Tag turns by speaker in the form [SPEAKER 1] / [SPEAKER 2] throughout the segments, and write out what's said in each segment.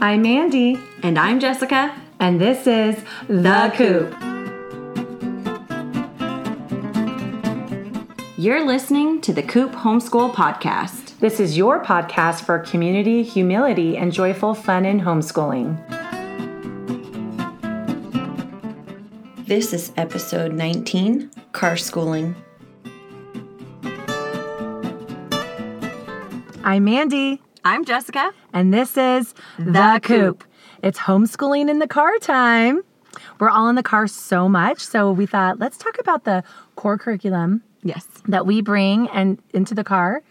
[SPEAKER 1] I'm Mandy,
[SPEAKER 2] And I'm Jessica.
[SPEAKER 1] and this is
[SPEAKER 2] The Coop. You're listening to the Coop Homeschool Podcast.
[SPEAKER 1] This is your podcast for community, humility, and joyful fun in homeschooling.
[SPEAKER 2] This is episode 19 Car Schooling.
[SPEAKER 1] I'm Mandy,
[SPEAKER 2] I'm Jessica.
[SPEAKER 1] and this is The,
[SPEAKER 2] Coop.
[SPEAKER 1] It's homeschooling in the car time. We're all in the car so much, so we thought let's talk about the core curriculum
[SPEAKER 2] Yes.
[SPEAKER 1] that we bring and into the car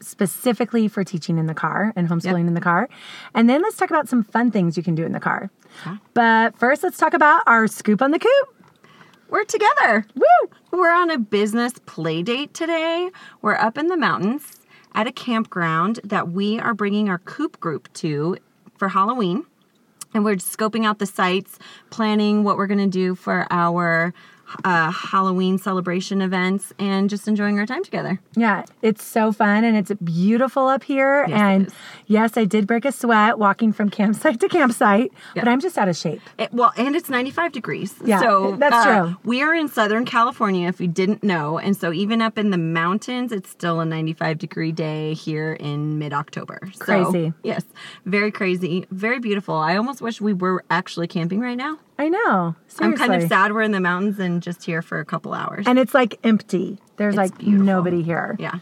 [SPEAKER 1] specifically for teaching in the car and homeschooling in the car. And then let's talk about some fun things you can do in the car. But first, let's talk about our scoop on the coop.
[SPEAKER 2] We're together.
[SPEAKER 1] Woo!
[SPEAKER 2] We're on a business play date today. We're up in the mountains at a campground that we are bringing our coop group to for Halloween. And we're scoping out the sites, planning what we're going to do for our uh, Halloween celebration events, and just enjoying our time together.
[SPEAKER 1] Yeah, it's so fun and it's beautiful up here.
[SPEAKER 2] it
[SPEAKER 1] and
[SPEAKER 2] is.
[SPEAKER 1] yes, I did break a sweat walking from campsite to campsite, but I'm just out of shape.
[SPEAKER 2] It, Eh, well, and it's 95 degrees.
[SPEAKER 1] Yeah, eh,
[SPEAKER 2] so
[SPEAKER 1] that's
[SPEAKER 2] uh,
[SPEAKER 1] true.
[SPEAKER 2] We are in Southern California, if you didn't know. And so even up in the mountains, it's still a 95 degree day here in mid October. So,
[SPEAKER 1] Crazy.
[SPEAKER 2] Yes, very crazy, very beautiful. I almost wish we were actually camping right now.
[SPEAKER 1] I know. Seriously.
[SPEAKER 2] I'm kind of sad we're in the mountains and just here for a couple hours.
[SPEAKER 1] And it's like empty. There's like
[SPEAKER 2] beautiful.
[SPEAKER 1] nobody here.
[SPEAKER 2] yeah.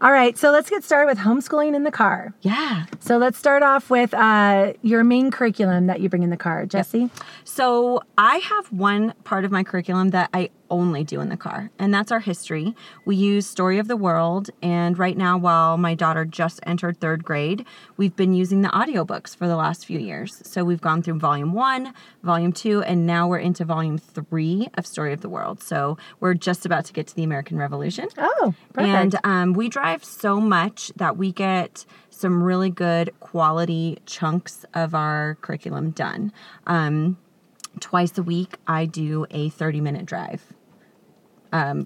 [SPEAKER 1] All right, so let's get started with homeschooling in the car.
[SPEAKER 2] Yeah.
[SPEAKER 1] So let's start off with uh, your main curriculum that you bring in the car, Jesse.
[SPEAKER 2] So I have one part of my curriculum that I only do in the car, and that's our history. We use Story of the World, and right now, while my daughter just entered third grade, we've been using the audiobooks for the last few years. So we've gone through volume one, volume two, and now we're into volume three of Story of the World. So we're just about to get to the American Revolution.
[SPEAKER 1] Oh, perfect.
[SPEAKER 2] And um, we drive so much that we get some really good quality chunks of our curriculum done. Um, twice a week, I do a 30 minute drive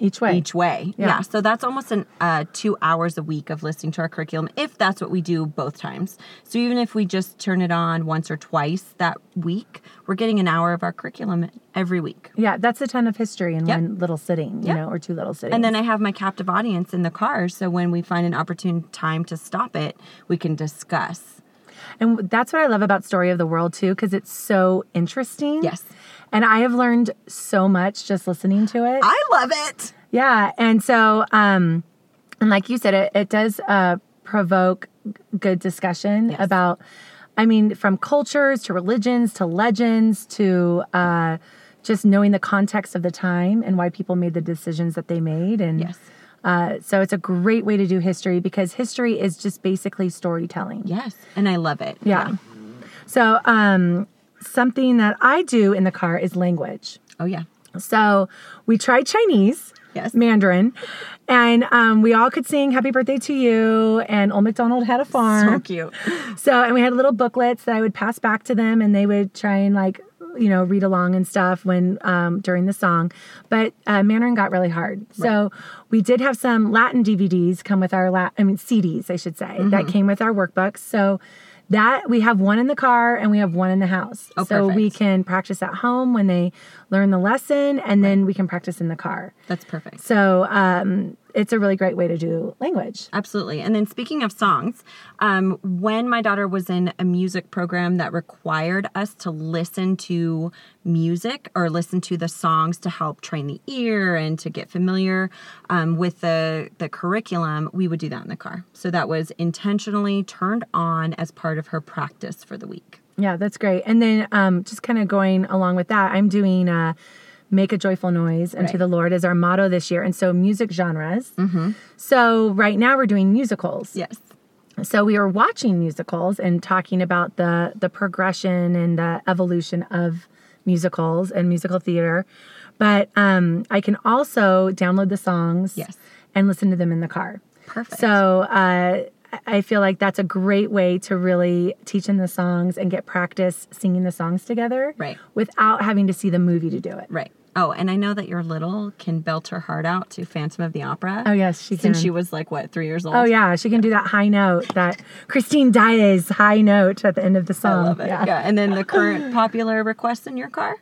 [SPEAKER 1] each way.
[SPEAKER 2] each way. Yeah. So that's almost an uh, two hours a week of listening to our curriculum, if that's what we do both times. So even if we just turn it on once or twice that week, we're getting an hour of our curriculum every week.
[SPEAKER 1] Yeah, that's a ton of history in
[SPEAKER 2] Yep.
[SPEAKER 1] one little sitting, you
[SPEAKER 2] Yep.
[SPEAKER 1] know, or two little sittings.
[SPEAKER 2] And then I have my captive audience in the car, so when we find an opportune time to stop it, we can discuss.
[SPEAKER 1] And that's what I love about Story of the World too, because it's so interesting.
[SPEAKER 2] Yes.
[SPEAKER 1] And I have learned so much just listening to it.
[SPEAKER 2] I love it.
[SPEAKER 1] yeah. And so, um, and like you said, it, it does uh, provoke g- good discussion about, I mean, from cultures to religions to legends to uh, just knowing the context of the time and why people made the decisions that they made. And
[SPEAKER 2] Yes.
[SPEAKER 1] uh, so it's a great way to do history because history is just basically storytelling.
[SPEAKER 2] Yes, and I love it.
[SPEAKER 1] Yeah. So, um, something that I do in the car is language.
[SPEAKER 2] Oh yeah.
[SPEAKER 1] So, we tried Chinese,
[SPEAKER 2] Yes.
[SPEAKER 1] Mandarin, and um, we all could sing "Happy Birthday to You" and Old MacDonald had a
[SPEAKER 2] So
[SPEAKER 1] farm.
[SPEAKER 2] cute.
[SPEAKER 1] So, and we had little booklets that I would pass back to them, and they would try and like you know read along and stuff when um, during the song. But uh, Mandarin got really hard. So, we did have some Latin DVDs come with our Latin, I mean CDs, I should say,
[SPEAKER 2] Mm-hmm.
[SPEAKER 1] that came with our workbooks. So that we have one in the car and we have one in the house.
[SPEAKER 2] Oh,
[SPEAKER 1] so we
[SPEAKER 2] perfect.
[SPEAKER 1] can practice at home when they learn the lesson and then we can practice in the car.
[SPEAKER 2] That's perfect.
[SPEAKER 1] So um, it's a really great way to do language.
[SPEAKER 2] Absolutely. And then speaking of songs, um, when my daughter was in a music program that required us to listen to music or listen to the songs to help train the ear and to get familiar um, with the, the curriculum, we would do that in the car. So that was intentionally turned on as part of her practice for the week.
[SPEAKER 1] Yeah, that's great. And then um, just kind of going along with that, I'm doing uh, Make a Joyful Noise unto
[SPEAKER 2] Right.
[SPEAKER 1] the Lord is our motto this year. And so music genres. So right now we're doing musicals.
[SPEAKER 2] Yes.
[SPEAKER 1] so we were watching musicals and talking about the the progression and the evolution of musicals and musical theater but um i can also download the songs
[SPEAKER 2] Yes.
[SPEAKER 1] and listen to them in the car
[SPEAKER 2] Perfect.
[SPEAKER 1] so uh I- I feel like that's a great way to really teach them the songs and get practice singing the songs together
[SPEAKER 2] Right.
[SPEAKER 1] without having to see the movie to do it.
[SPEAKER 2] Right. Oh, and I know that your little can belt her heart out to Phantom of the Opera.
[SPEAKER 1] Oh, yes, she
[SPEAKER 2] Since
[SPEAKER 1] can.
[SPEAKER 2] she was like what, three years old?
[SPEAKER 1] Oh yeah, she can do that high note, that Christine Dias high note at the end of the
[SPEAKER 2] I
[SPEAKER 1] song.
[SPEAKER 2] love it. Yeah. And then the current popular request in your car?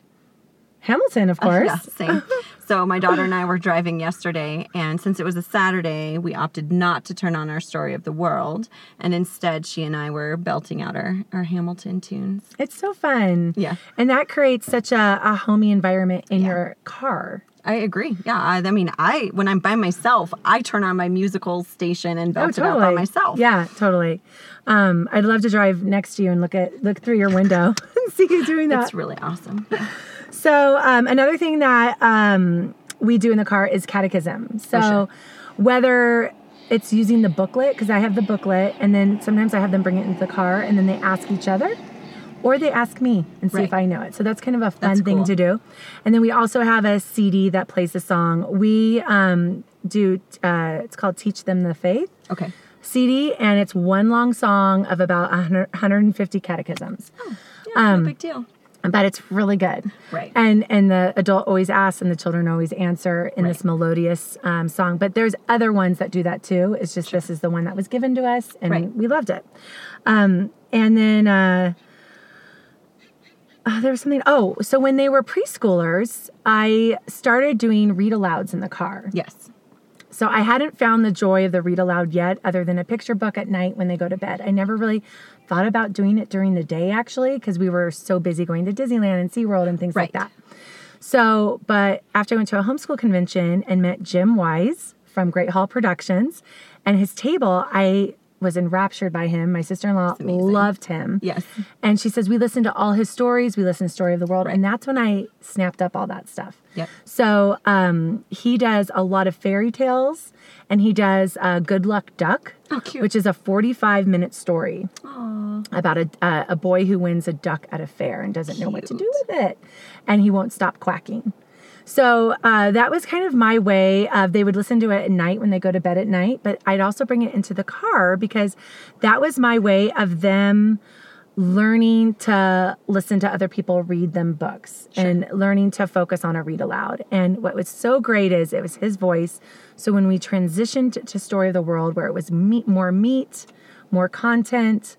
[SPEAKER 1] Hamilton, of course.
[SPEAKER 2] Yeah, same. so my daughter and I were driving yesterday, and since it was a Saturday, we opted not to turn on our story of the world, and instead she and I were belting out our, our Hamilton tunes.
[SPEAKER 1] It's so fun.
[SPEAKER 2] Yeah.
[SPEAKER 1] And that creates such a, a homey environment in your car.
[SPEAKER 2] I agree. Yeah, I, I mean, I when I'm by myself, I turn on my musical station and belt it out by myself.
[SPEAKER 1] Oh, Yeah, totally. Um, I'd love to drive next to you and look at look through your window and see you doing that.
[SPEAKER 2] it's really awesome.
[SPEAKER 1] So um, another thing that um, we do in the car is catechism. So
[SPEAKER 2] sure.
[SPEAKER 1] whether it's using the booklet because I have the booklet, and then sometimes I have them bring it into the car, and then they ask each other, or they ask me and see if
[SPEAKER 2] Right.
[SPEAKER 1] I know it. So that's kind of a fun
[SPEAKER 2] That's
[SPEAKER 1] thing
[SPEAKER 2] cool.
[SPEAKER 1] to do. And then we also have a CD that plays a song. We um, do. Uh, it's called Teach Them the Faith.
[SPEAKER 2] Okay.
[SPEAKER 1] CD, and it's one long song of about 100, 150 catechisms.
[SPEAKER 2] Yeah,
[SPEAKER 1] Um,
[SPEAKER 2] no big deal.
[SPEAKER 1] But it's really good.
[SPEAKER 2] Right.
[SPEAKER 1] And and the adult always asks and the children always answer in this melodious um, song. But there's other ones that do that too. It's just this is the one that was given to us and
[SPEAKER 2] Right.
[SPEAKER 1] we loved it. Um, and then uh, uh, there was something. Oh, so when they were preschoolers, I started doing read alouds in the car.
[SPEAKER 2] Yes.
[SPEAKER 1] So I hadn't found the joy of the read aloud yet, other than a picture book at night when they go to bed. I never really thought about doing it during the day, actually, because we were so busy going to Disneyland and SeaWorld and things like
[SPEAKER 2] Right.
[SPEAKER 1] that. So, but after I went to a homeschool convention and met Jim Wise from Great Hall Productions and his table, I was enraptured by him. My sister in law loved him.
[SPEAKER 2] Yes.
[SPEAKER 1] And she says, We listened to all his stories, we listened to Story of the World. And that's when I snapped up all that stuff.
[SPEAKER 2] Yep.
[SPEAKER 1] So um, he does a lot of fairy tales and he does uh, Good Luck Duck,
[SPEAKER 2] Oh, cute.
[SPEAKER 1] which is a 45 minute story about a, uh, a boy who wins a duck at a fair and doesn't know what to do with it. And he won't stop quacking. So uh, that was kind of my way of they would listen to it at night when they go to bed at night, but I'd also bring it into the car because that was my way of them learning to listen to other people read them books and learning to focus on a read aloud. And what was so great is it was his voice. So when we transitioned to Story of the World, where it was meat, more meat, more content,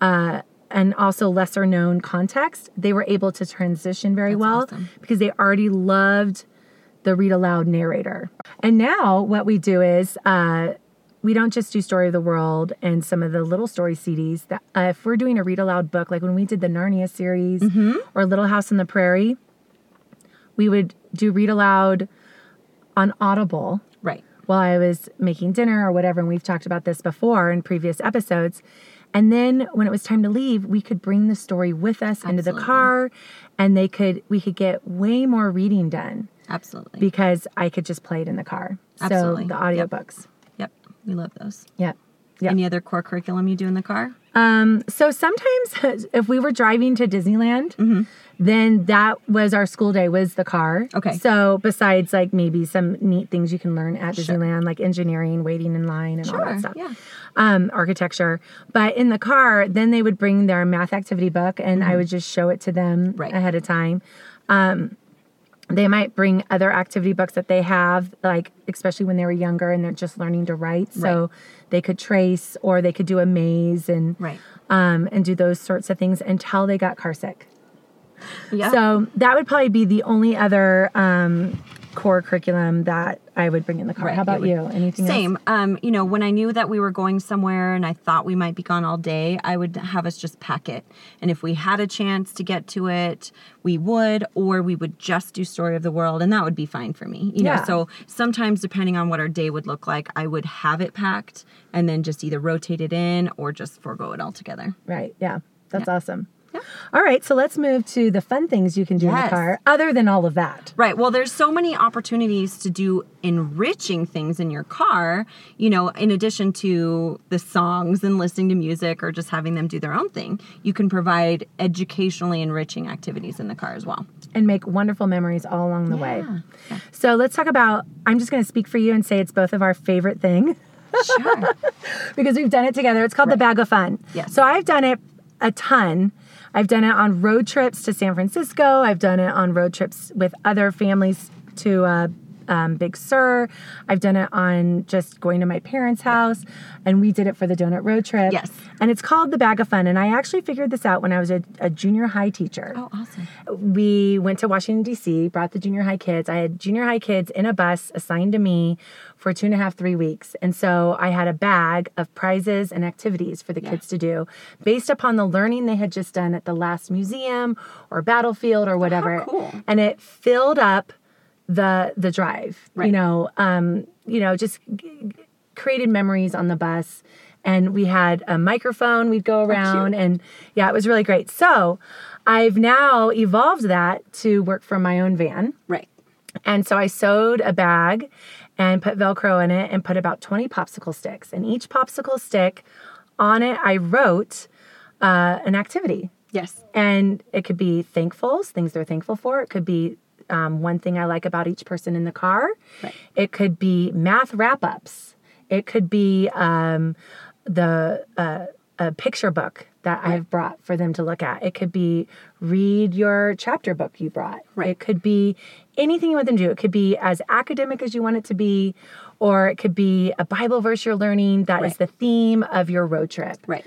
[SPEAKER 1] uh, and also lesser known context, they were able to transition very well
[SPEAKER 2] awesome.
[SPEAKER 1] because they already loved the read aloud narrator. And now what we do is uh, we don't just do Story of the World and some of the little story CDs. That uh, if we're doing a read aloud book, like when we did the Narnia series
[SPEAKER 2] Mm-hmm.
[SPEAKER 1] or Little House on the Prairie, we would do read aloud on Audible
[SPEAKER 2] Right.
[SPEAKER 1] while I was making dinner or whatever, and we've talked about this before in previous episodes. And then when it was time to leave, we could bring the story with us into the
[SPEAKER 2] Absolutely.
[SPEAKER 1] car and they could we could get way more reading done
[SPEAKER 2] Absolutely.
[SPEAKER 1] because I could just play it in the car. So
[SPEAKER 2] Absolutely.
[SPEAKER 1] the
[SPEAKER 2] Yep.
[SPEAKER 1] audiobooks.
[SPEAKER 2] yep. We love those.
[SPEAKER 1] Yep. Yeah.
[SPEAKER 2] Any other core curriculum you do in the car?
[SPEAKER 1] Um, so sometimes if we were driving to Disneyland,
[SPEAKER 2] Mm-hmm.
[SPEAKER 1] then that was our school day was the car.
[SPEAKER 2] Okay.
[SPEAKER 1] So besides like maybe some neat things you can learn at Disneyland, like engineering, waiting in line and all that
[SPEAKER 2] Sure,
[SPEAKER 1] stuff.
[SPEAKER 2] yeah.
[SPEAKER 1] Um, architecture. But in the car, then they would bring their math activity book and I would just show it to them
[SPEAKER 2] Mm-hmm. Right.
[SPEAKER 1] ahead of time. Um, they might bring other activity books that they have, like especially when they were younger and they're just learning to write. So they could trace or they could do a maze and
[SPEAKER 2] Right.
[SPEAKER 1] um, and do those sorts of things until they got car sick.
[SPEAKER 2] Yeah.
[SPEAKER 1] So that would probably be the only other um, core curriculum that I would bring in the car.
[SPEAKER 2] Right,
[SPEAKER 1] How about
[SPEAKER 2] it would-
[SPEAKER 1] you? Anything
[SPEAKER 2] Same.
[SPEAKER 1] else?
[SPEAKER 2] Um, you know, when I knew that we were going somewhere and I thought we might be gone all day, I would have us just pack it. And if we had a chance to get to it, we would, or we would just do Story of the World, and that would be fine for me. You
[SPEAKER 1] Yeah.
[SPEAKER 2] know, so sometimes depending on what our day would look like, I would have it packed and then just either rotate it in or just forego it altogether.
[SPEAKER 1] Right. Yeah. That's awesome.
[SPEAKER 2] Yeah.
[SPEAKER 1] All right. So let's move to the fun things you can do in the
[SPEAKER 2] Yes.
[SPEAKER 1] car other than all of that.
[SPEAKER 2] Right. Well, there's so many opportunities to do enriching things in your car, you know, in addition to the songs and listening to music or just having them do their own thing. You can provide educationally enriching activities in the car as well.
[SPEAKER 1] and make wonderful memories all along the way. So let's talk about. I'm just going to speak for you and say it's both of our favorite thing. Sure. because we've done it together. It's called the Bag of Fun.
[SPEAKER 2] Yes.
[SPEAKER 1] So I've done it a ton. I've done it on road trips to San Francisco. I've done it on road trips with other families to uh, um, Big Sur. I've done it on just going to my parents' house, and we did it for the donut road trip.
[SPEAKER 2] Yes.
[SPEAKER 1] And it's called the Bag of Fun. And I actually figured this out when I was a, a junior high teacher
[SPEAKER 2] Oh, awesome.
[SPEAKER 1] we went to Washington, D.C., brought the junior high kids. I had junior high kids in a bus assigned to me for two and a half, three weeks. And so I had a bag of prizes and activities for the kids to do based upon the learning they had just done at the last museum or battlefield or whatever.
[SPEAKER 2] Oh, cool.
[SPEAKER 1] And it filled up the the drive. You
[SPEAKER 2] Right.
[SPEAKER 1] know, um, you know, just g- g- created memories on the bus. And we had a microphone we'd go around and yeah, it was really great. So I've now evolved that to work from my own van.
[SPEAKER 2] Right.
[SPEAKER 1] And so I sewed a bag and put Velcro in it and put about 20 popsicle sticks. And each popsicle stick on it, I wrote uh, an activity.
[SPEAKER 2] Yes.
[SPEAKER 1] And it could be thankfuls, things they're thankful for. It could be um, one thing I like about each person in the car.
[SPEAKER 2] Right.
[SPEAKER 1] It could be math wrap ups. It could be um, the uh, a picture book that I've brought for them to look at. It could be read your chapter book you brought.
[SPEAKER 2] Right.
[SPEAKER 1] It could be anything you want them to do. It could be as academic as you want it to be, or it could be a Bible verse you're learning that is
[SPEAKER 2] Right.
[SPEAKER 1] the theme of your road trip.
[SPEAKER 2] Right.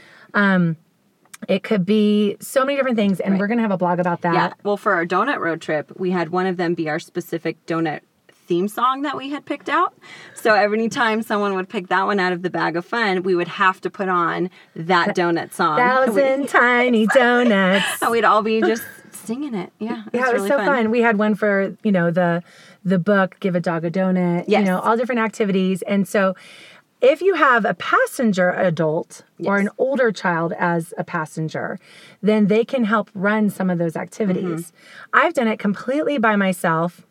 [SPEAKER 1] It could be so many different things, and
[SPEAKER 2] Right.
[SPEAKER 1] we're gonna have a blog about that.
[SPEAKER 2] Yeah. Well, for our donut road trip, we had one of them be our specific donut theme song that we had picked out. So every time someone would pick that one out of the bag of fun, we would have to put on that donut song.
[SPEAKER 1] Thousand tiny donuts.
[SPEAKER 2] And we'd all be just singing it. Yeah.
[SPEAKER 1] Yeah, it was
[SPEAKER 2] really
[SPEAKER 1] so fun. We had one for you know the the book, give a dog a donut. You
[SPEAKER 2] Yes.
[SPEAKER 1] know all different activities, and so if you have a passenger adult or
[SPEAKER 2] Yes.
[SPEAKER 1] an older child as a passenger, then they can help run some of those activities.
[SPEAKER 2] Mm-hmm.
[SPEAKER 1] I've done it completely by myself.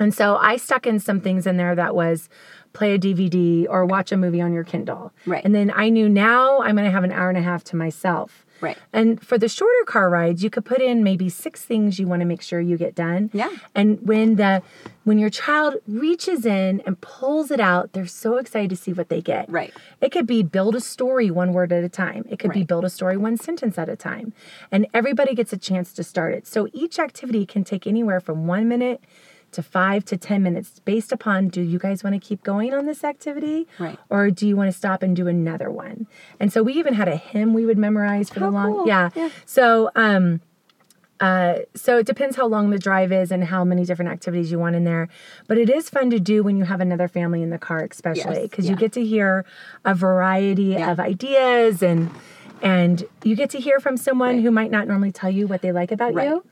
[SPEAKER 1] And so I stuck in some things in there that was play a DVD or watch a movie on your Kindle.
[SPEAKER 2] Right.
[SPEAKER 1] And then I knew now I'm going to have an hour and a half to myself.
[SPEAKER 2] Right.
[SPEAKER 1] And for the shorter car rides, you could put in maybe six things you want to make sure you get done.
[SPEAKER 2] Yeah.
[SPEAKER 1] And when the when your child reaches in and pulls it out, they're so excited to see what they get.
[SPEAKER 2] Right.
[SPEAKER 1] It could be build a story one word at a time. It could be build a story one sentence at a time. And everybody gets a chance to start it. So each activity can take anywhere from 1 minute to 5 to 10 minutes based upon do you guys want to keep going on this activity
[SPEAKER 2] Right.
[SPEAKER 1] or do you want to stop and do another one? And so we even had a hymn we would memorize for the
[SPEAKER 2] How
[SPEAKER 1] long
[SPEAKER 2] cool.
[SPEAKER 1] yeah.
[SPEAKER 2] Yeah.
[SPEAKER 1] So um uh, so it depends how long the drive is and how many different activities you want in there. But it is fun to do when you have another family in the car, especially
[SPEAKER 2] Yes,
[SPEAKER 1] because you
[SPEAKER 2] yeah.
[SPEAKER 1] get to hear a variety
[SPEAKER 2] Yeah.
[SPEAKER 1] of ideas and and you get to hear from someone who might not normally tell you what they like about
[SPEAKER 2] Right.
[SPEAKER 1] you.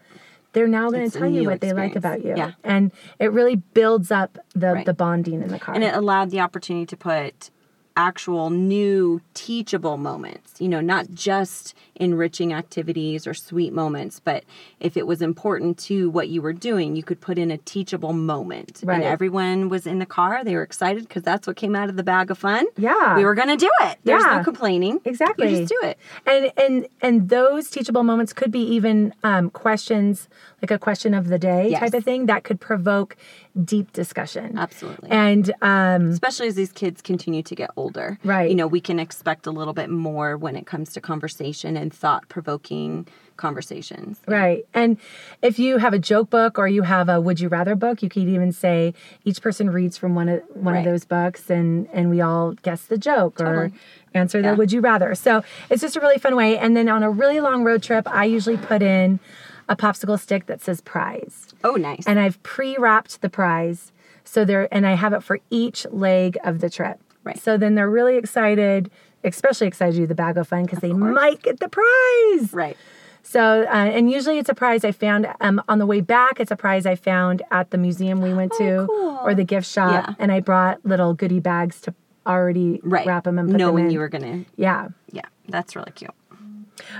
[SPEAKER 1] They're now going
[SPEAKER 2] It's
[SPEAKER 1] to
[SPEAKER 2] a
[SPEAKER 1] tell you
[SPEAKER 2] new
[SPEAKER 1] what they like about
[SPEAKER 2] experience.
[SPEAKER 1] you,
[SPEAKER 2] Yeah.
[SPEAKER 1] and it really builds up the
[SPEAKER 2] Right.
[SPEAKER 1] the bonding in the car.
[SPEAKER 2] And it allowed the opportunity to put actual new teachable moments, you know, not just enriching activities or sweet moments, but if it was important to what you were doing, you could put in a teachable moment.
[SPEAKER 1] Right.
[SPEAKER 2] And everyone was in the car, they were excited because that's what came out of the bag of fun.
[SPEAKER 1] Yeah.
[SPEAKER 2] We were going to do it. There's
[SPEAKER 1] Yeah.
[SPEAKER 2] no complaining.
[SPEAKER 1] Exactly.
[SPEAKER 2] You just do it.
[SPEAKER 1] and and and those teachable moments could be even um, questions like a question of the day
[SPEAKER 2] Yes.
[SPEAKER 1] type of thing that could provoke deep discussion
[SPEAKER 2] Absolutely.
[SPEAKER 1] and um,
[SPEAKER 2] especially as these kids continue to get older.
[SPEAKER 1] Right.
[SPEAKER 2] You know, we can expect a little bit more when it comes to conversation and thought provoking conversations.
[SPEAKER 1] right and if you have a joke book or you have a would you rather book you could even say each person reads from one of one of
[SPEAKER 2] Right.
[SPEAKER 1] those books and and we all guess the joke or
[SPEAKER 2] Totally.
[SPEAKER 1] answer the would you rather so it's just a really fun way and then on a really long road trip i usually put in a popsicle stick that says prize
[SPEAKER 2] Oh, nice.
[SPEAKER 1] and I've pre-wrapped the prize. So they're and I have it for each leg of the trip.
[SPEAKER 2] Right.
[SPEAKER 1] So then they're really excited, especially excited to do the bag of fun because they might get the prize.
[SPEAKER 2] right.
[SPEAKER 1] So uh, and usually it's a prize I found um, on the way back. It's a prize I found at the museum we went to
[SPEAKER 2] Oh, cool.
[SPEAKER 1] or the gift shop,
[SPEAKER 2] Yeah.
[SPEAKER 1] and I brought little goodie bags to already
[SPEAKER 2] Right.
[SPEAKER 1] wrap them and put
[SPEAKER 2] knowing
[SPEAKER 1] them in.
[SPEAKER 2] you were gonna.
[SPEAKER 1] yeah.
[SPEAKER 2] Yeah, that's really cute.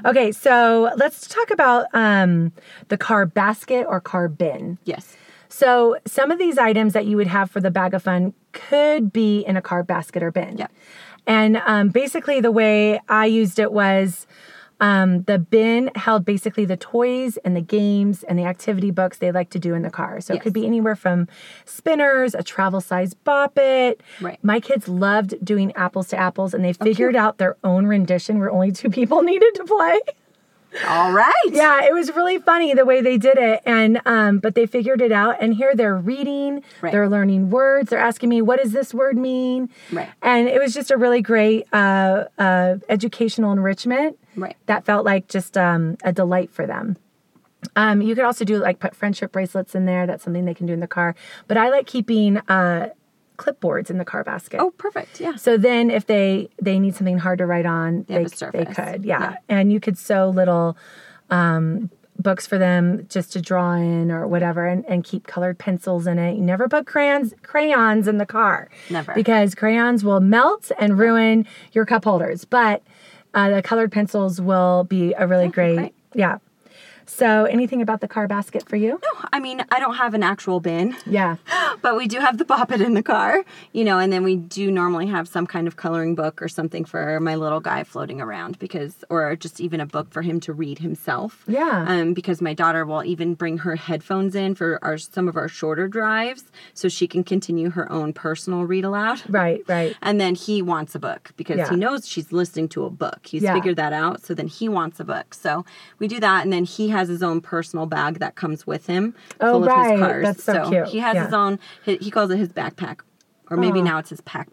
[SPEAKER 1] Okay, so let's talk about um, the car basket or car bin.
[SPEAKER 2] Yes.
[SPEAKER 1] So some of these items that you would have for the bag of fun could be in a card basket or bin.
[SPEAKER 2] Yep.
[SPEAKER 1] And um, basically, the way I used it was um, the bin held basically the toys and the games and the activity books they like to do in the car. So it could
[SPEAKER 2] Yes.
[SPEAKER 1] be anywhere from spinners, a travel size bop it.
[SPEAKER 2] Right.
[SPEAKER 1] My kids loved doing apples to apples and they figured out their own rendition where only two people needed to play.
[SPEAKER 2] All right.
[SPEAKER 1] Yeah, it was really funny the way they did it, and um, but they figured it out. And here they're reading,
[SPEAKER 2] Right.
[SPEAKER 1] they're learning words, they're asking me, "What does this word mean?"
[SPEAKER 2] Right.
[SPEAKER 1] And it was just a really great uh, uh, educational enrichment.
[SPEAKER 2] Right.
[SPEAKER 1] That felt like just um, a delight for them. Um, you could also do like put friendship bracelets in there. That's something they can do in the car. But I like keeping uh, clipboards in the car basket.
[SPEAKER 2] Oh, perfect. Yeah.
[SPEAKER 1] So then if they they need something hard to write on,
[SPEAKER 2] have
[SPEAKER 1] they,
[SPEAKER 2] a
[SPEAKER 1] they
[SPEAKER 2] surface.
[SPEAKER 1] could. Yeah.
[SPEAKER 2] Yeah.
[SPEAKER 1] And you could sew little um books for them just to draw in or whatever and, and keep colored pencils in it. You never put crayons crayons in the car.
[SPEAKER 2] Never.
[SPEAKER 1] Because crayons will melt and ruin your cup holders. But uh, the colored pencils will be a really great,
[SPEAKER 2] great.
[SPEAKER 1] yeah. So anything about the car basket for you?
[SPEAKER 2] I mean, I don't have an actual bin,
[SPEAKER 1] Yeah.
[SPEAKER 2] but we do have the pop it in the car, you know, and then we do normally have some kind of coloring book or something for my little guy floating around because, or just even a book for him to read himself.
[SPEAKER 1] Yeah.
[SPEAKER 2] Um, because my daughter will even bring her headphones in for our some of our shorter drives so she can continue her own personal read aloud.
[SPEAKER 1] Right, right.
[SPEAKER 2] And then he wants a book because
[SPEAKER 1] Yeah.
[SPEAKER 2] he knows she's listening to a book. He's
[SPEAKER 1] Yeah.
[SPEAKER 2] figured that out. So then he wants a book. So we do that. And then he has his own personal bag that comes with him
[SPEAKER 1] Oh,
[SPEAKER 2] full of
[SPEAKER 1] right.
[SPEAKER 2] his cars.
[SPEAKER 1] That's so cute.
[SPEAKER 2] he has
[SPEAKER 1] Yeah.
[SPEAKER 2] his own, he he calls it his backpack. Or maybe now it's his pack.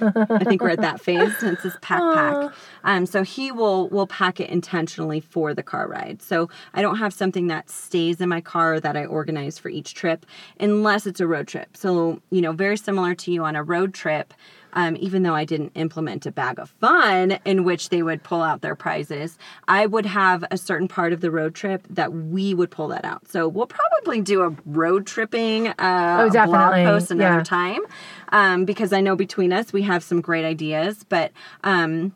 [SPEAKER 2] I think we're at that phase. and It's his pack. Um, so he will will pack it intentionally for the car ride. So I don't have something that stays in my car that I organize for each trip, unless it's a road trip. So you know, very similar to you on a road trip. Um, even though I didn't implement a bag of fun in which they would pull out their prizes, I would have a certain part of the road trip that we would pull that out. So we'll probably do a road tripping uh,
[SPEAKER 1] Oh, definitely.
[SPEAKER 2] blog post another
[SPEAKER 1] Yeah.
[SPEAKER 2] time um, because I know between us we have some great ideas, but. Um,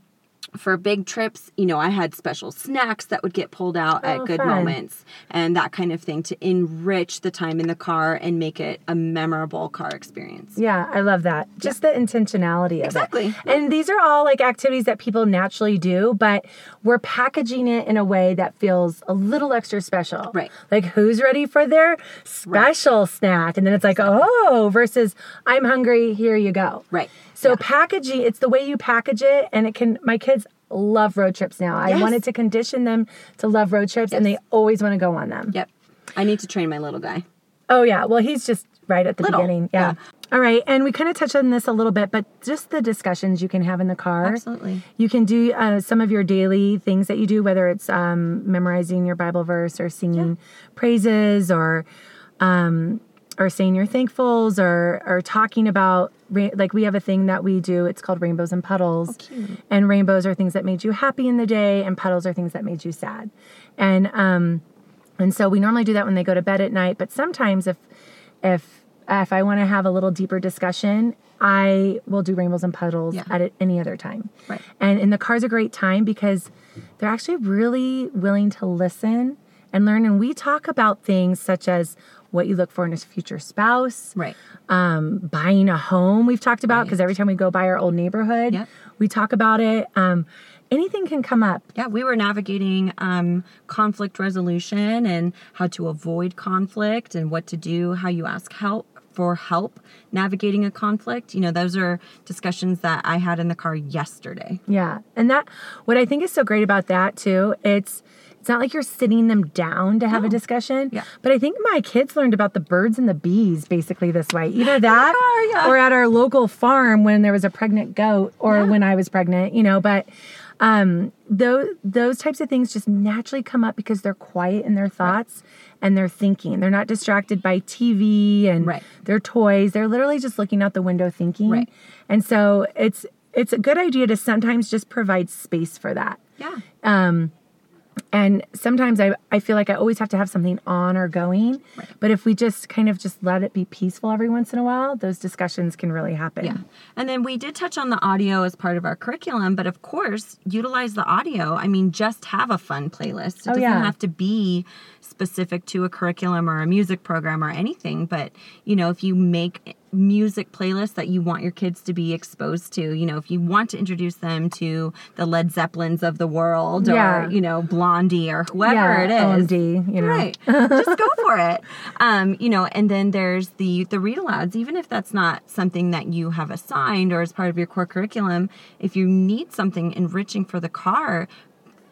[SPEAKER 2] for big trips, you know, I had special snacks that would get pulled out
[SPEAKER 1] Oh,
[SPEAKER 2] at good
[SPEAKER 1] fun.
[SPEAKER 2] moments and that kind of thing to enrich the time in the car and make it a memorable car experience.
[SPEAKER 1] Yeah, I love that. Just the intentionality of it.
[SPEAKER 2] Exactly.
[SPEAKER 1] And these are all like activities that people naturally do, but we're packaging it in a way that feels a little extra special.
[SPEAKER 2] Right.
[SPEAKER 1] Like who's ready for their special snack? And then it's like, oh, versus I'm hungry, here you go.
[SPEAKER 2] Right.
[SPEAKER 1] So packaging, it's the way you package it, and it can my kids love road trips now. I
[SPEAKER 2] Yes.
[SPEAKER 1] wanted to condition them to love road trips and they always want to go on them.
[SPEAKER 2] Yep. I need to train my little guy.
[SPEAKER 1] Oh yeah. Well, he's just right at the
[SPEAKER 2] Little,
[SPEAKER 1] beginning. Yeah. All right. And we kind of touched on this a little bit, but just the discussions you can have in the car.
[SPEAKER 2] Absolutely.
[SPEAKER 1] You can do uh, some of your daily things that you do, whether it's um, memorizing your Bible verse or singing praises or um, or saying your thankfuls or or talking about ra- like we have a thing that we do. It's called rainbows and
[SPEAKER 2] Oh,
[SPEAKER 1] puddles, and rainbows are things that made you happy in the day, and puddles are things that made you sad, and um, and so we normally do that when they go to bed at night. But sometimes if if if I want to have a little deeper discussion, I will do rainbows and puddles
[SPEAKER 2] Yeah.
[SPEAKER 1] at at any other time.
[SPEAKER 2] Right.
[SPEAKER 1] And and the car's a great time because they're actually really willing to listen and learn. And we talk about things such as what you look for in a future spouse,
[SPEAKER 2] Right.
[SPEAKER 1] um, buying a home. We've talked about because every time we go by our old neighborhood,
[SPEAKER 2] Yep.
[SPEAKER 1] we talk about it. Um, anything can come up.
[SPEAKER 2] Yeah, we were navigating um, conflict resolution and how to avoid conflict and what to do, how you ask help for help navigating a conflict. You know, those are discussions that I had in the car yesterday.
[SPEAKER 1] Yeah. And that what I think is so great about that too, it's it's not like you're sitting them down to have a discussion.
[SPEAKER 2] Yeah.
[SPEAKER 1] But I think my kids learned about the birds and the bees basically this way. Either that
[SPEAKER 2] car, yeah.
[SPEAKER 1] or at our local farm when there was a pregnant goat or when I was pregnant, you know, but um those those types of things just naturally come up because they're quiet in their thoughts and they're thinking. They're not distracted by TV and
[SPEAKER 2] Right.
[SPEAKER 1] their toys. They're literally just looking out the window thinking.
[SPEAKER 2] Right.
[SPEAKER 1] And so it's it's a good idea to sometimes just provide space for that.
[SPEAKER 2] Yeah.
[SPEAKER 1] And sometimes I, I feel like I always have to have something on or going. But if we just kind of just let it be peaceful every once in a while, those discussions can really happen.
[SPEAKER 2] Yeah. And then we did touch on the audio as part of our curriculum, but of course, utilize the audio. I mean, just have a fun playlist. It doesn't
[SPEAKER 1] Oh, yeah.
[SPEAKER 2] have to be specific to a curriculum or a music program or anything, but you know, if you make music playlists that you want your kids to be exposed to, you know, if you want to introduce them to the Led Zeppelins of the world
[SPEAKER 1] Yeah. Oh,
[SPEAKER 2] or, you know, Blondie or whoever it is.
[SPEAKER 1] OMD, you know.
[SPEAKER 2] Right. Just go for it. Um, you know, and then there's the the read alouds, even if that's not something that you have assigned or as part of your core curriculum, if you need something enriching for the car,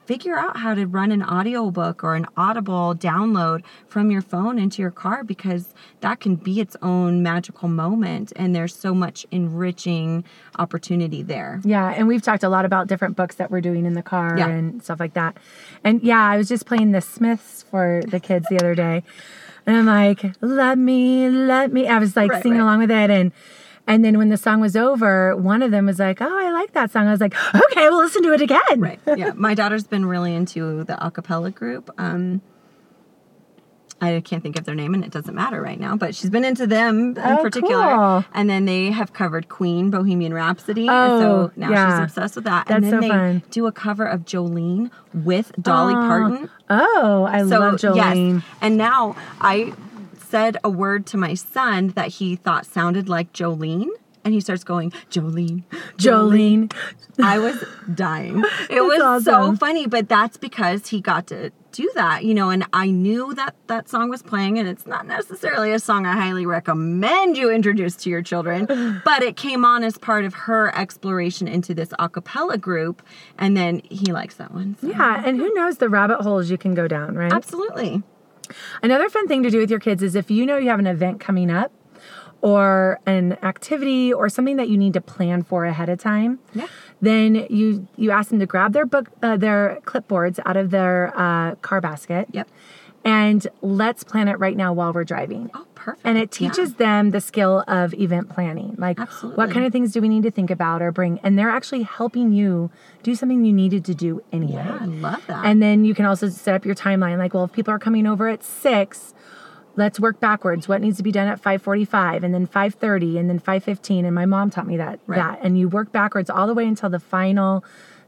[SPEAKER 2] figure out how to run an audiobook or an audible download from your phone into your car because that can be its own magical moment and there's so much enriching opportunity there.
[SPEAKER 1] Yeah, and we've talked a lot about different books that we're doing in the car
[SPEAKER 2] Yeah.
[SPEAKER 1] and stuff like that. And yeah, I was just playing The Smiths for the kids the other day, and I'm like, "Let me, let me." I was like
[SPEAKER 2] Right,
[SPEAKER 1] singing
[SPEAKER 2] right.
[SPEAKER 1] along with it, and and then when the song was over, one of them was like, "Oh, I like that song." I was like, "Okay, we'll listen to it again."
[SPEAKER 2] Right. Yeah. My daughter's been really into the a cappella group. Um I can't think of their name and it doesn't matter right now, but she's been into them in
[SPEAKER 1] Oh,
[SPEAKER 2] particular.
[SPEAKER 1] cool.
[SPEAKER 2] And then they have covered Queen Bohemian Rhapsody. and
[SPEAKER 1] Oh,
[SPEAKER 2] so now
[SPEAKER 1] yeah.
[SPEAKER 2] she's obsessed with that.
[SPEAKER 1] That's
[SPEAKER 2] and then
[SPEAKER 1] so
[SPEAKER 2] they
[SPEAKER 1] fun.
[SPEAKER 2] do a cover of Jolene with Dolly
[SPEAKER 1] Aw.
[SPEAKER 2] Parton.
[SPEAKER 1] Oh, I love Jolene.
[SPEAKER 2] Yes. And now I said a word to my son that he thought sounded like Jolene. And he starts going, Jolene,
[SPEAKER 1] Jolene.
[SPEAKER 2] I was dying. It was so
[SPEAKER 1] awesome.
[SPEAKER 2] funny, but that's because he got to do that, you know. And I knew that that song was playing, and it's not necessarily a song I highly recommend you introduce to your children, but it came on as part of her exploration into this a cappella group, and then he likes that one. so-
[SPEAKER 1] Yeah, and who knows the rabbit holes you can go down, right?
[SPEAKER 2] Absolutely.
[SPEAKER 1] Another fun thing to do with your kids is if you know you have an event coming up or an activity or something that you need to plan for ahead of time.
[SPEAKER 2] Yeah.
[SPEAKER 1] Then you you ask them to grab their book uh, their clipboards out of their uh, car basket.
[SPEAKER 2] Yep.
[SPEAKER 1] And let's plan it right now while we're driving.
[SPEAKER 2] Oh, perfect.
[SPEAKER 1] And it
[SPEAKER 2] Yeah.
[SPEAKER 1] teaches them the skill of event planning. Like, what
[SPEAKER 2] Absolutely.
[SPEAKER 1] kind of things do we need to think about or bring? And they're actually helping you do something you needed to do anyway.
[SPEAKER 2] Yeah, I love that.
[SPEAKER 1] And then you can also set up your timeline. Like, well, if people are coming over at six, let's work backwards. What needs to be done at five forty-five, and then five thirty, and then five fifteen. And my mom taught me that.
[SPEAKER 2] Right.
[SPEAKER 1] That, and you work backwards all the way until the final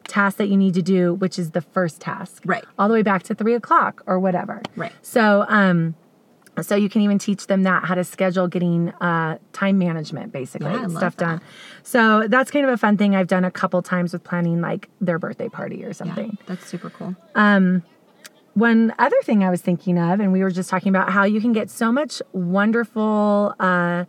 [SPEAKER 1] task that you need to do, which is the first task.
[SPEAKER 2] Right.
[SPEAKER 1] All the way back to three o'clock or whatever.
[SPEAKER 2] Right.
[SPEAKER 1] So, um. So you can even teach them that how to schedule getting uh, time management, basically
[SPEAKER 2] Yeah, I
[SPEAKER 1] and
[SPEAKER 2] love
[SPEAKER 1] stuff
[SPEAKER 2] that.
[SPEAKER 1] done. So that's kind of a fun thing I've done a couple times with planning like their birthday party or
[SPEAKER 2] yeah,
[SPEAKER 1] something.
[SPEAKER 2] that's super cool.
[SPEAKER 1] One other thing I was thinking of, and we were just talking about how you can get so much wonderful uh,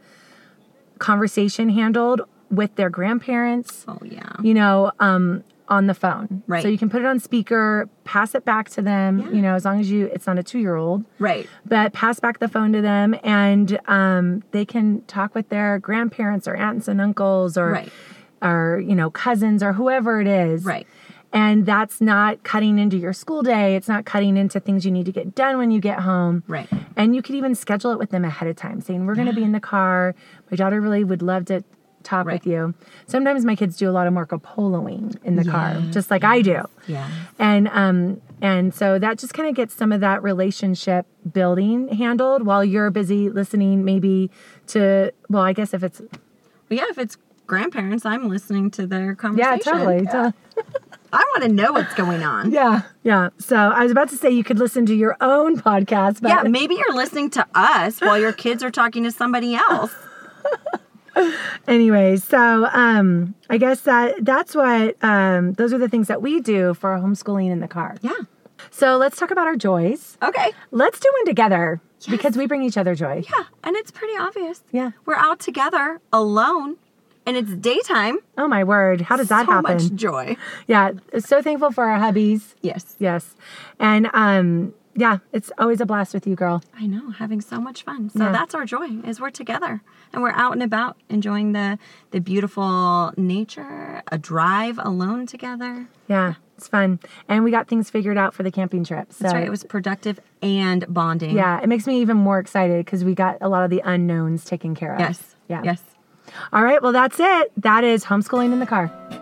[SPEAKER 1] conversation handled with their grandparents,
[SPEAKER 2] Oh yeah.
[SPEAKER 1] you know, um, on the phone.
[SPEAKER 2] Right.
[SPEAKER 1] So you can put it on speaker, pass it back to them, you know, as long as you, it's not a two year old,
[SPEAKER 2] Right.
[SPEAKER 1] but pass back the phone to them and um, they can talk with their grandparents or aunts and uncles or,
[SPEAKER 2] Right.
[SPEAKER 1] or, you know, cousins or whoever it is.
[SPEAKER 2] Right.
[SPEAKER 1] And that's not cutting into your school day. It's not cutting into things you need to get done when you get home.
[SPEAKER 2] Right.
[SPEAKER 1] And you could even schedule it with them ahead of time, saying, We're going to be in the car. My daughter really would love to talk
[SPEAKER 2] Right.
[SPEAKER 1] with you. Sometimes my kids do a lot of Marco Poloing in the car, just like I do.
[SPEAKER 2] Yeah.
[SPEAKER 1] And, um, and so that just kind of gets some of that relationship building handled while you're busy listening, maybe to, well, I guess if it's,
[SPEAKER 2] But yeah, if it's grandparents, I'm listening to their
[SPEAKER 1] yeah,
[SPEAKER 2] conversation.
[SPEAKER 1] totally. to-
[SPEAKER 2] I want to know what's going on. Yeah.
[SPEAKER 1] Yeah, yeah. So I was about to say you could listen to your own podcast, but
[SPEAKER 2] maybe you're listening to us while your kids are talking to somebody else.
[SPEAKER 1] anyway, so um, I guess that that's what um, those are the things that we do for homeschooling in the car.
[SPEAKER 2] Yeah.
[SPEAKER 1] So let's talk about our joys.
[SPEAKER 2] Okay.
[SPEAKER 1] Let's do one together because we bring each other joy.
[SPEAKER 2] Yeah, and it's pretty obvious.
[SPEAKER 1] Yeah.
[SPEAKER 2] We're out together alone, and it's daytime.
[SPEAKER 1] Oh my word, how does that
[SPEAKER 2] so
[SPEAKER 1] happen?
[SPEAKER 2] much joy.
[SPEAKER 1] Yeah, so thankful for our hubbies.
[SPEAKER 2] Yes.
[SPEAKER 1] Yes, and um, yeah, it's always a blast with you, girl.
[SPEAKER 2] I know, having so much fun. So
[SPEAKER 1] Yeah.
[SPEAKER 2] that's our joy is we're together and we're out and about enjoying the the beautiful nature, a drive alone together.
[SPEAKER 1] Yeah, it's fun, and we got things figured out for the camping trip. So
[SPEAKER 2] That's right. It was productive and bonding.
[SPEAKER 1] Yeah, it makes me even more excited because we got a lot of the unknowns taken care of.
[SPEAKER 2] Yes.
[SPEAKER 1] Yeah.
[SPEAKER 2] Yes.
[SPEAKER 1] All right. Well, that's it. That is homeschooling in the car.